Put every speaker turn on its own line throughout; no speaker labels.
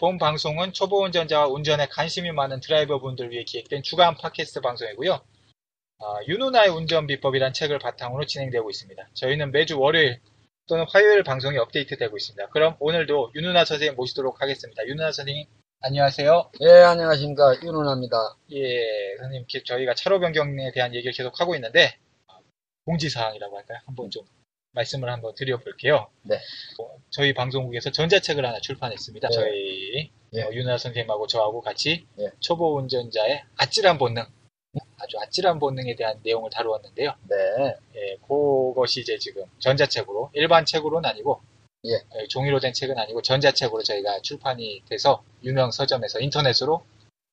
본 방송은 초보 운전자와 운전에 관심이 많은 드라이버분들 위해 기획된 주간 팟캐스트 방송이고요. 어, 유누나의 운전 비법이란 책을 바탕으로 진행되고 있습니다. 저희는 매주 월요일 또는 화요일 방송이 업데이트되고 있습니다. 그럼 오늘도 유누나 선생님 모시도록 하겠습니다. 유누나 선생님 안녕하세요.
예, 안녕하십니까. 윤은아입니다.
예, 선생님 기- 저희가 차로 변경에 대한 얘기를 계속 하고 있는데 공지사항이라고 할까요? 한번 좀 말씀을 한번 드려볼게요.
네.
어, 저희 방송국에서 전자책을 하나 출판했습니다.
네.
저희
예.
어, 윤아 선생님하고 저하고 같이
예.
초보 운전자의 아찔한 본능, 아주 아찔한 본능에 대한 내용을 다루었는데요.
네.
예, 그것이 이제 지금 전자책으로 일반 책으로는 아니고
예.
예, 종이로 된 책은 아니고 전자책으로 저희가 출판이 돼서 유명 서점에서 인터넷으로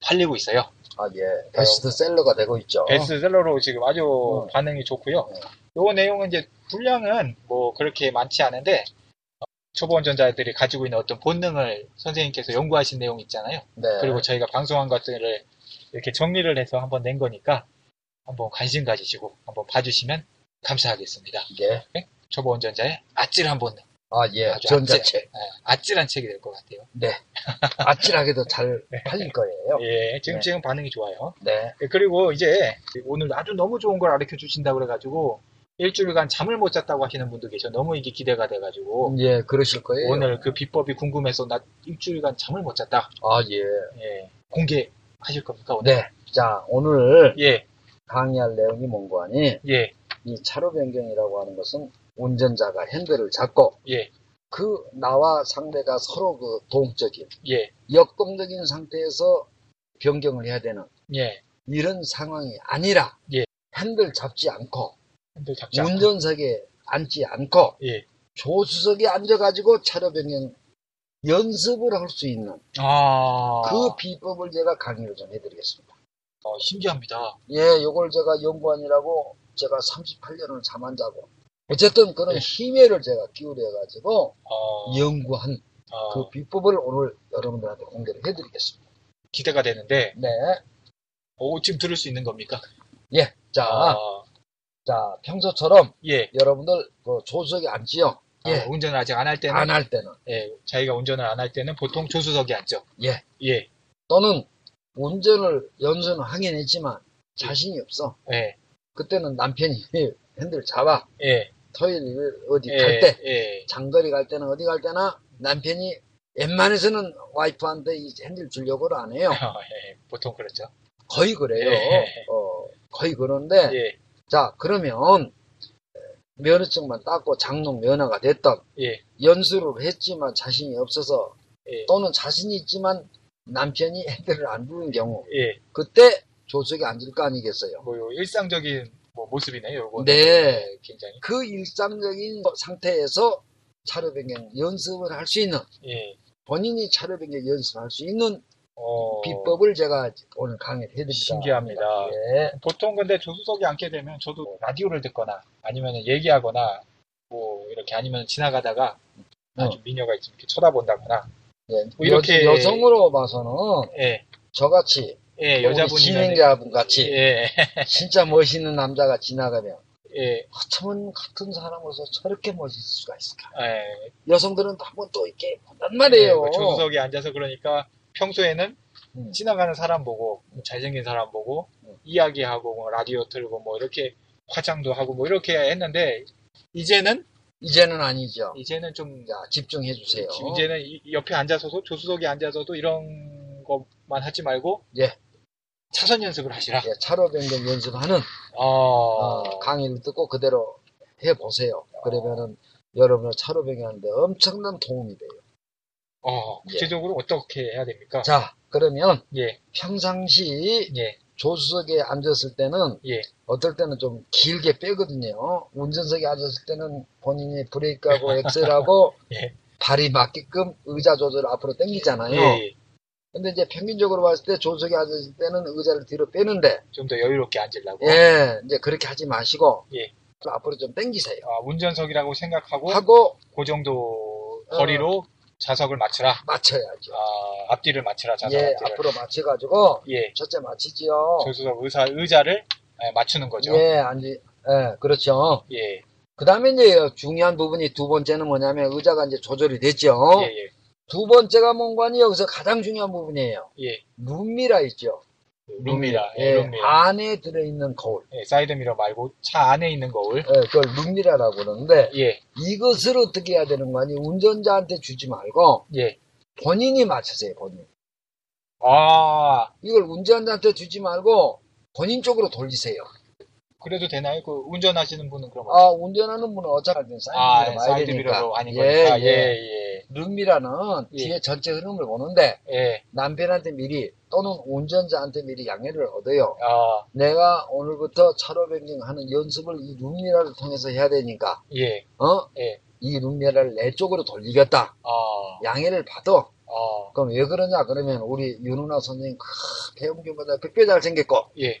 팔리고 있어요.
아, 예. 베스트셀러가 되고 있죠.
베스트셀러로 지금 아주
음.
반응이 좋고요.
네.
요 내용은 이제 분량은 뭐 그렇게 많지 않은데 어, 초보 운전자들이 가지고 있는 어떤 본능을 선생님께서 연구하신 내용 있잖아요.
네.
그리고 저희가 방송한 것들을 이렇게 정리를 해서 한번 낸 거니까 한번 관심 가지시고 한번 봐주시면 감사하겠습니다.
예.
초보 운전자의 아찔한 본능,
아, 예.
아주
전자책.
예, 아찔한 책이 될 것 같아요.
아찔하게도 잘 팔릴 거예요.
예, 지금
네.
지금 반응이 좋아요.
네.
예, 그리고 이제 오늘 아주 너무 좋은 걸 가르쳐 주신다 그래가지고 일주일간 잠을 못 잤다고 하시는 분도 계셔. 너무 이게 기대가 돼가지고
예, 그러실 거예요.
오늘 그 비법이 궁금해서 나 일주일간 잠을 못 잤다.
아, 예.
예, 공개하실 겁니까 오늘?
네. 자, 오늘
예,
강의할 내용이 뭔고 하니,
예,
이 차로 변경이라고 하는 것은 운전자가 핸들을 잡고,
예,
그 나와 상대가 서로 그 동적인,
예,
역동적인 상태에서 변경을 해야 되는
예.
이런 상황이 아니라,
예.
핸들 잡지 않고,
핸들 잡지 않고.
운전석에 앉지 않고
예.
조수석에 앉아가지고 차로 변경 연습을 할 수 있는
아,
그 비법을 제가 강의를 좀 해드리겠습니다.
어, 신기합니다.
예, 요걸 제가 연구원이라고 제가 38년을 잠 안 자고 어쨌든 그런
예.
힘외를 제가 기울여가지고
어,
연구한
어,
예, 그 비법을 오늘 여러분들한테 공개를 해드리겠습니다.
기대가 되는데
네.
오, 지금 들을 수 있는 겁니까?
예. 자,
아,
자, 평소처럼
예.
여러분들 그 조수석에 앉지요.
아,
예.
운전을 아직 안 할 때는
안 할 때는.
예, 자기가 운전을 안 할 때는 보통 조수석에 앉죠.
예.
예,
또는 운전을 연수는 하긴 했지만 자신이 없어.
예,
그때는 남편이 핸들 잡아.
예.
토요일 어디
예,
갈 때,
예,
장거리 갈 때나 어디 갈 때나 남편이 웬만해서는 와이프한테 이 핸들 주려고를 안 해요.
아, 예, 보통 그렇죠.
거의 그래요.
예, 예.
어, 거의 그런데
예,
자 그러면 면허증만 땄고 장롱 면허가 됐던
예,
연수를 했지만 자신이 없어서
예,
또는 자신이 있지만 남편이 핸들을 안 부는 경우
예.
그때 조석에 앉을 거 아니겠어요.
뭐, 요 일상적인 뭐 모습이네요, 요거.
네.
굉장히.
그 일상적인 상태에서 차로 변경 연습을 할 수 있는
예.
본인이 차로 변경 연습할 수 있는
어,
비법을 제가 오늘 강의를 해드립니다.
신기합니다.
예.
네. 보통 근데 조수석에 앉게 되면 저도 뭐 라디오를 듣거나 아니면 얘기하거나 뭐 이렇게 아니면 지나가다가
어.
아주 미녀가 있으면 이렇게 쳐다본다거나
예.
뭐 이렇게-
여- 여성으로 봐서는
예,
저같이
예,
여자분
여자분이면
진행자분 같이
예,
진짜 멋있는 남자가 지나가면
예,
허참 같은 사람으로서 저렇게 멋있을 수가 있을까?
예.
여성들은 한번 또 이렇게 본단
예,
말이에요.
뭐 조수석에 앉아서 그러니까 평소에는
음.
지나가는 사람 보고 잘생긴 사람 보고
음.
이야기하고 뭐 라디오 틀고 뭐 이렇게 화장도 하고 뭐 이렇게 했는데 이제는
이제는 아니죠.
이제는 좀
자, 집중해 주세요.
네, 이제는 이- 옆에 앉아서도 조수석에 앉아서도 이런 것만 하지 말고
예.
차선 연습을 하시라.
예, 차로 변경 예, 연습하는
어,
어, 강의를 듣고 그대로 해보세요. 그러면은 여러분을 차로 병행하는데 엄청난 도움이 돼요.
어, 구체적으로 어떻게 해야 됩니까?
자, 그러면
예,
평상시
예,
조수석에 앉았을 때는
예.
어떨 때는 좀 길게 빼거든요. 운전석에 앉았을 때는 본인이 브레이크하고 엑셀하고
예.
발이 맞게끔 의자 조절 앞으로 당기잖아요.
예, 예.
근데 이제 평균적으로 봤을 때 조수석에 앉았을 때는 의자를 뒤로 빼는데
좀 더 여유롭게 앉으려고.
예, 이제 그렇게 하지 마시고
어. 예.
좀 앞으로 좀 당기세요.
아, 운전석이라고 생각하고
하고
그 정도
어.
거리로 좌석을 맞추라.
맞춰야죠.
아, 앞뒤를 맞추라 좌석
예,
앞뒤를.
앞으로 맞춰가지고
예,
첫째 맞히지요.
조수석 의사 의자를 예, 맞추는 거죠.
예, 앉지. 예, 그렇죠.
예,
그 다음에 이제 중요한 부분이 두 번째는 뭐냐면 의자가 이제 조절이 됐죠.
예, 예,
두 번째가 뭔가니 여기서 가장 중요한 부분이에요.
예.
룸미라 있죠.
룸미라, 예,
예,
룸미라.
안에 들어있는 거울.
예, 사이드미러 말고 차 안에 있는 거울.
예, 그걸 룸미라라고 그러는데
예,
이것을 어떻게 해야 되는 거니? 운전자한테 주지 말고
예.
본인이 맞추세요, 본인.
아,
이걸 운전자한테 주지 말고 본인 쪽으로 돌리세요.
그래도 되나요? 그 운전하시는 분은 그럼
아, 운전하는 분은 어차피
아,
사이드미러 봐야 되니까.
사이드미러로 아닌 거니까. 예,
예.
예,
룸미라는
예.
뒤에 전체 흐름을 보는데
예.
남편한테 미리 또는 운전자한테 미리 양해를 얻어요.
아,
내가 오늘부터 차로 변경하는 연습을 이 룸미라를 통해서 해야 되니까,
예,
어?
예.
이 룸미라를 내 쪽으로 돌리겠다.
아,
양해를 받아.
아,
그럼 왜 그러냐? 그러면 우리 윤은아 선생님, 크, 배용균보다 100배 잘생겼고,
예,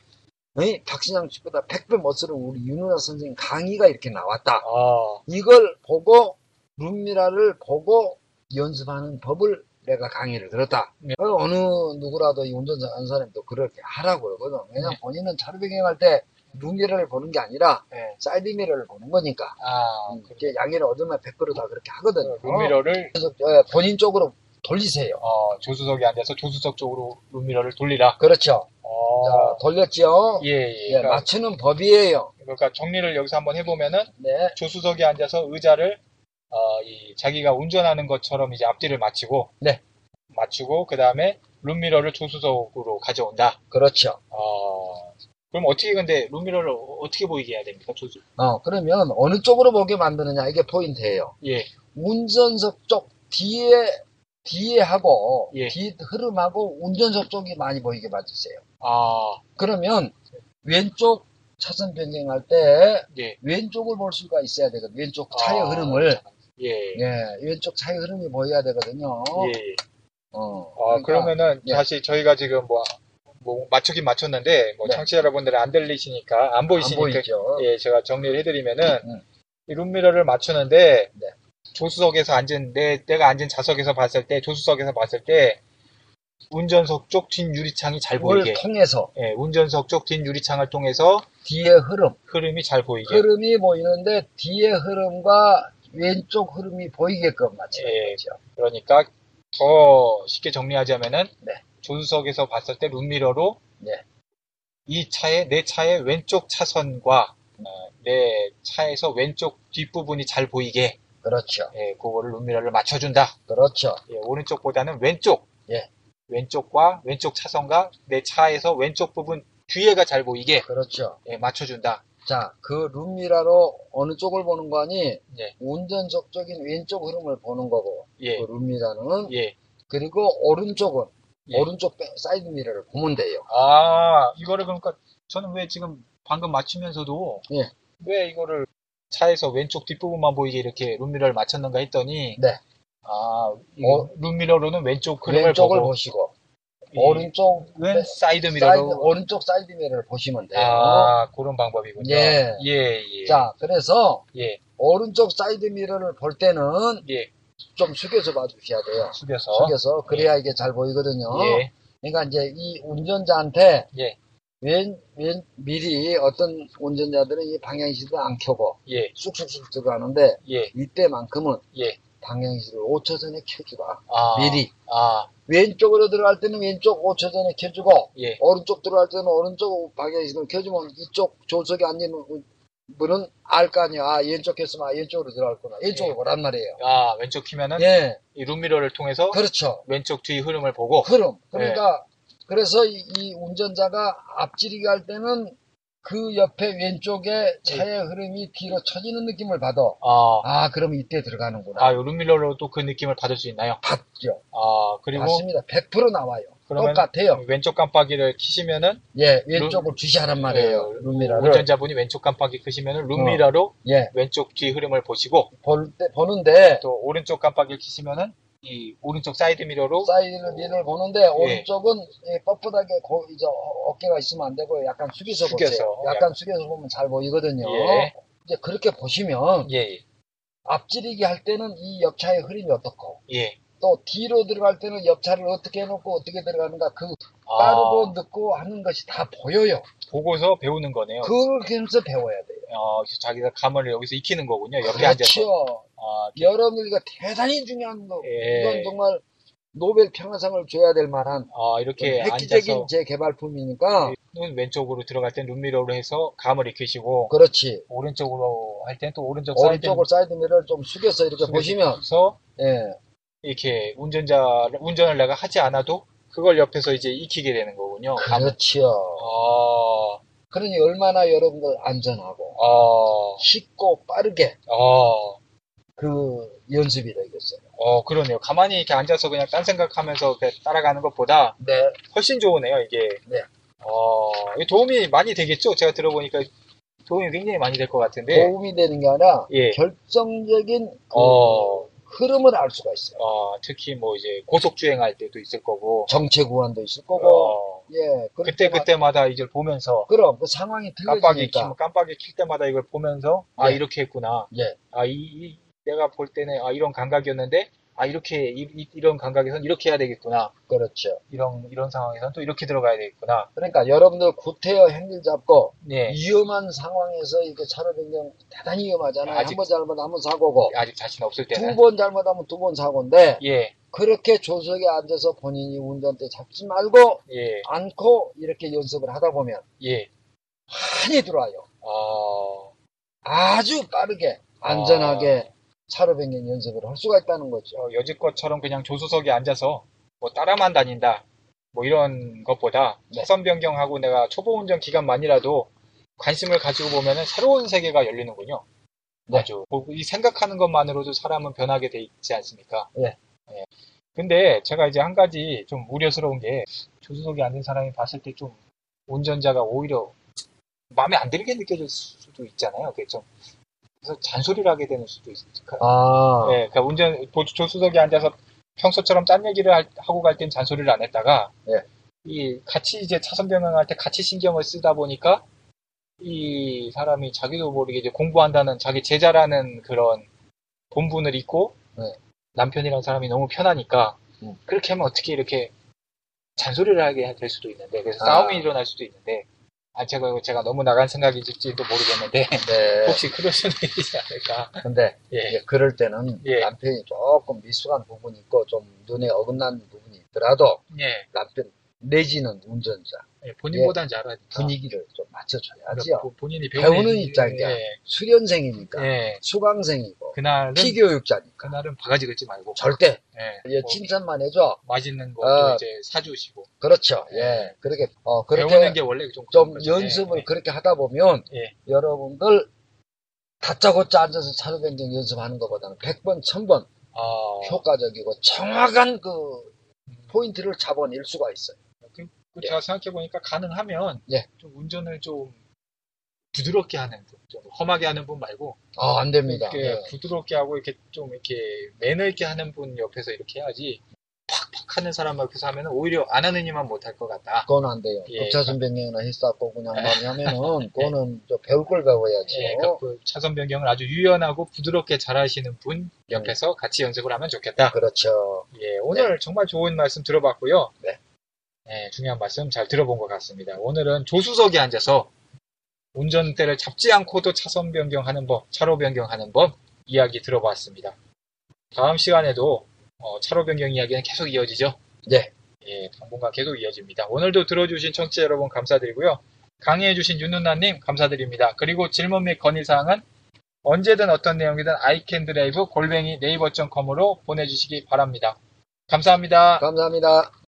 이 박신양 씨보다 100배 멋스러운 우리 윤은아 선생님 강의가 이렇게 나왔다.
아,
이걸 보고, 룸미라를 보고 연습하는 법을 내가 강의를 들었다.
네.
그럼 어느 누구라도 이 운전자 한 사람도 그렇게 하라고 그러거든. 왜냐면
네.
본인은 차로 변경할 때 룸미라를 보는 게 아니라
예.
사이드미러를 보는 거니까.
아, 네,
이렇게 양해를 얻으면 100% 다 그렇게 하거든요.
룸미러를
그래서 예, 본인 쪽으로 돌리세요.
어, 조수석에 앉아서 조수석 쪽으로 룸미러를 돌리라.
그렇죠. 자,
어,
돌렸죠?
예, 예.
예,
그러니까,
맞추는 법이에요.
그러니까 정리를 여기서 한번 해보면은
네.
조수석에 앉아서 의자를 어, 이 자기가 운전하는 것처럼 이제 앞뒤를 맞추고,
네.
맞추고 그 다음에 룸미러를 조수석으로 가져온다.
그렇죠.
어, 그럼 어떻게 근데 룸미러를 어- 어떻게 보이게 해야 됩니까? 조수.
어, 그러면 어느 쪽으로 보게 만드느냐 이게 포인트예요.
예,
운전석 쪽 뒤에 뒤에 하고
예.
뒤 흐름하고 운전석 쪽이 많이 보이게 봐주세요.
아,
그러면 왼쪽 차선 변경할 때
예,
왼쪽을 볼 수가 있어야 되거든요. 왼쪽 차의
아,
흐름을
예, 예.
예, 왼쪽 차의 흐름이 보여야 되거든요.
예.
어,
아,
그러니까,
그러면은
예.
다시 저희가 지금 뭐, 뭐 맞추긴 맞췄는데 뭐
네.
청취자 여러분들은 안 들리시니까 안
안
보이시니까
보이죠.
예, 제가 정리를 해드리면은
음.
이 룸미러를 맞추는데
네.
조수석에서 앉은 내 내가 앉은 좌석에서 봤을 때 조수석에서 봤을 때 운전석 쪽 뒷 유리창이 잘
이걸
보이게
통해서
예, 운전석 쪽 뒷 유리창을 통해서
뒤에 흐름
흐름이 잘 보이게
흐름이 보이는데 뒤에 흐름과 왼쪽 흐름이 보이게끔 맞추는
예.
거죠.
그러니까 더 쉽게 정리하자면은
네.
조수석에서 봤을 때 룸미러로
네.
이 차의 내 차의 왼쪽 차선과 어, 내 차에서 왼쪽 뒷부분이 잘 보이게
그렇죠.
예, 그거를 룸미러를 맞춰준다.
그렇죠.
예, 오른쪽보다는 왼쪽.
예.
왼쪽과 왼쪽 차선과 내 차에서 왼쪽 부분 뒤에가 잘 보이게
그렇죠.
예, 맞춰준다.
자, 그 룸미라로 어느 쪽을 보는 거니?
예.
운전적적인 왼쪽 흐름을 보는 거고,
예,
그 룸미라는.
예.
그리고 오른쪽은,
예.
오른쪽 백- 사이드 미러를 보면 돼요.
아, 이거를 그러니까 저는 왜 지금 방금 맞추면서도
예.
왜 이거를 차에서 왼쪽 뒷부분만 보이게 이렇게 룸미러를 맞췄는가 했더니
네.
아, 이거
어,
룸미러로는 왼쪽 흐름을
그 왼쪽을
보고 예.
시고
이
오른쪽, 네.
왼 사이드
사이드,
미러로
오른쪽 사이드 미러를 보시면 돼요.
아, 그런 방법이군요.
예.
예, 예.
자, 그래서
예,
오른쪽 사이드 미러를 볼 때는
예.
좀 숙여서 봐주셔야 돼요.
숙여서.
숙여서 그래야 이게 잘 보이거든요.
예.
그러니까 이제 이 운전자한테
예.
웬, 웬 미리 어떤 운전자들은 이 방향시도 안 켜고
예.
쑥쑥쑥 들어가는데
예.
이때만큼은
예.
방향시를 5초 전에 켜주라.
아.
미리
아.
왼쪽으로 들어갈 때는 왼쪽 5초 전에 켜주고
예.
오른쪽 들어갈 때는 오른쪽 방향시를 켜주면 이쪽 조석에 앉는 분은 알 거 아니야. 아, 왼쪽 켰으면 아, 왼쪽으로 들어갈구나. 왼쪽으로
예.
보란 말이에요.
아, 왼쪽 키면은
예,
이 룸미러를 통해서
그렇죠. 그
왼쪽 뒤 흐름을 보고
흐름. 그러니까 그래서 이, 이 운전자가 앞지르기 할 때는 그 옆에 왼쪽에
예.
차의 흐름이 뒤로 처지는 느낌을 받아.
아,
아, 그럼 이때 들어가는구나.
아, 요런 밀러로 또 그 느낌을 받을 수 있나요?
받죠.
아, 그리고
맞습니다. 100% 나와요.
그러면
똑같아요.
왼쪽 깜빡이를 키시면은
예, 왼쪽을 주시하란 말이에요.
예,
룸미러를.
운전자분이 왼쪽 깜빡이
어.
끄시면은 룸미러로
예,
왼쪽 뒤 흐름을 보시고
볼 때, 보는데,
또 오른쪽 깜빡이를 키시면은 이 오른쪽 사이드 미러로
사이드를 보는데, 오른쪽은 예, 뻣뻣하게 고, 이제 어- 어깨가 있으면 안 되고, 약간 숙여서
숙여서,
보세요. 약간 숙여서 보면 잘 보이거든요.
예.
이제 그렇게 보시면,
예, 예.
앞지르기 할 때는 이 옆차의 흐름이 어떻고,
예.
또 뒤로 들어갈 때는 옆차를 어떻게 해놓고 어떻게 들어가는가 그
아,
빠르고 늦고 하는 것이 다 보여요.
보고서 배우는 거네요.
그걸 계속 배워야 돼요.
어, 그래서 자기가 감을 여기서 익히는 거군요. 옆에 앉아서.
그렇죠.
아,
여러분들이가 대단히 중요한 거.
예.
이건 정말 노벨 평화상을 줘야 될 만한
아, 이렇게
획기적인
앉아서 예.
재개발품이니까
눈 왼쪽으로 들어갈 땐 룸미러로 해서 감을 익히시고
그렇지.
오른쪽으로 할 땐 또 오른쪽 그 사이드
오른쪽을 사이드 미러를 좀 숙여서 이렇게
숙여서
보시면 예.
이렇게 운전자 운전을 내가 하지 않아도 그걸 옆에서 이제 익히게 되는 거군요. 감을.
그렇지요.
아,
그렇죠. 그러니 얼마나 여러분들 안전하고
아,
쉽고 빠르게
아,
그 연습이 되겠어요.
어, 그러네요. 가만히 이렇게 앉아서 그냥 딴 생각하면서 이렇게 따라가는 것보다
네.
훨씬 좋으네요, 이게.
네.
어, 이게 도움이 많이 되겠죠? 제가 들어보니까 도움이 굉장히 많이 될 것 같은데.
도움이 되는 게 아니라
예.
결정적인 그
어,
흐름을 알 수가 있어요.
어, 특히 뭐 이제 고속주행할 때도 있을 거고.
정체 구간도 있을 거고,
어,
예, 그럴
그때,
때마-
그때마다 이걸 보면서
그럼 그 상황이
깜빡이
틀려지니까, 그러니까.
켜, 깜빡이 킬 때마다 이걸 보면서 아,
예.
이렇게 했구나.
예,
아, 이, 이- 내가 볼 때는 아, 이런 감각이었는데 아, 이렇게, 이, 이- 이런 감각에선 이렇게 해야 되겠구나.
그렇죠.
이런, 이런 상황에선 또 이렇게 들어가야 되겠구나.
그러니까 여러분들 구태여 행길 잡고
네.
위험한 상황에서 이게 차로 변경 대단히 위험하잖아요.
아직- 예.
한 번 잘못하면 사고고,
아직 자신 없을
두
때는.
번 잘못하면 두 번 사고인데
예,
그렇게 조석에 앉아서 본인이 운전대 잡지 말고
예,
않고 이렇게 연습을 하다 보면
예.
많이 들어와요.
아,
아주 빠르게 안전하게 차로 변경 연습을 할 수가 있다는 거죠.
저 여지껏처럼 그냥 조수석에 앉아서 뭐 따라만 다닌다. 뭐 이런 것보다
네.
차선 변경하고 내가 초보 운전 기간만이라도 관심을 가지고 보면은 새로운 세계가 열리는군요.
네.
아주 뭐이 생각하는 것만으로도 사람은 변하게 돼 있지 않습니까?
네.
예. 근데 제가 이제 한 가지 좀 우려스러운 게 조수석에 앉은 사람이 봤을 때 좀 운전자가 오히려 마음에 안 들게 느껴질 수도 있잖아요. 그게 좀 그래서 잔소리를 하게 되는 수도 있을까요?
아,
예, 그러니까 운전 보- 조수석에 앉아서 평소처럼 딴 얘기를 할- 하고 갈 땐 잔소리를 안 했다가
예.
이 같이 이제 차선 변경할 때 같이 신경을 쓰다 보니까 이 사람이 자기도 모르게 이제 공부한다는 자기 제자라는 그런 본분을 잊고
네.
남편이라는 사람이 너무 편하니까
음.
그렇게 하면 어떻게 이렇게 잔소리를 하게 될 수도 있는데 그래서
아.
싸움이 일어날 수도 있는데 아 제가 이거 제가 너무 나간 생각이질지도 모르겠는데
네.
혹시 그럴 수는 있지 않을까
근데
예.
이제 그럴 때는
예.
남편이 조금 미숙한 부분이 있고 좀 눈에 어긋난 부분이 있더라도
예.
남편 내지는 운전자
예, 본인보다는 잘하니까.
분위기를 좀 맞춰줘야지요.
그러니까 보- 본인이
배우는 그러니까 입장이야.
예,
수련생이니까
예.
수강생이고
그날은
피교육자니까
그날은 바가지 긁지 말고.
절대
예.
예,
뭐
칭찬만 해줘.
맛있는 것도
아.
이제 사주시고.
그렇죠. 예, 그렇게 어
배우는
그렇게
게 원래 좀. 그런
좀
거죠.
연습을
예, 예.
그렇게 하다 보면
예.
여러분들 다짜고짜 앉아서 차로 변경 연습하는 것보다는 100번, 1000번
아,
예. 효과적이고 정확한 그 포인트를 잡아낼 수가 있어요.
그 제가 생각해 보니까 가능하면
예.
좀 운전을 좀 부드럽게 하는 분, 좀 험하게 하는 분 말고
아, 안 됩니다.
이렇게 부드럽게 하고 이렇게 좀 이렇게 매너 있게 하는 분 옆에서 이렇게 해야지 팍팍 하는 사람 옆에서 하면 오히려 안 하는 이만 못할 것 같다.
그건 안 돼요.
예.
급차선 변경이나 힐사고 그냥 많이 하면은 그거는 저 배울 걸 배워야지.
예, 그러니까 그 차선 변경을 아주 유연하고 부드럽게 잘하시는 분 옆에서 같이 연습을 하면 좋겠다.
그렇죠.
예, 오늘 정말 좋은 말씀 들어봤고요.
네.
예, 중요한 말씀 잘 들어본 것 같습니다. 오늘은 조수석에 앉아서 운전대를 잡지 않고도 차선 변경하는 법, 차로 변경하는 법 이야기 들어봤습니다. 다음 시간에도 어, 차로 변경 이야기는 계속 이어지죠.
네.
예, 당분간 계속 이어집니다. 오늘도 들어주신 청취자 여러분 감사드리고요. 강의해주신 윤누나님 감사드립니다. 그리고 질문 및 건의사항은 언제든 어떤 내용이든 아이캔드라이브 골뱅이 네이버.com으로 보내주시기 바랍니다. 감사합니다.
감사합니다.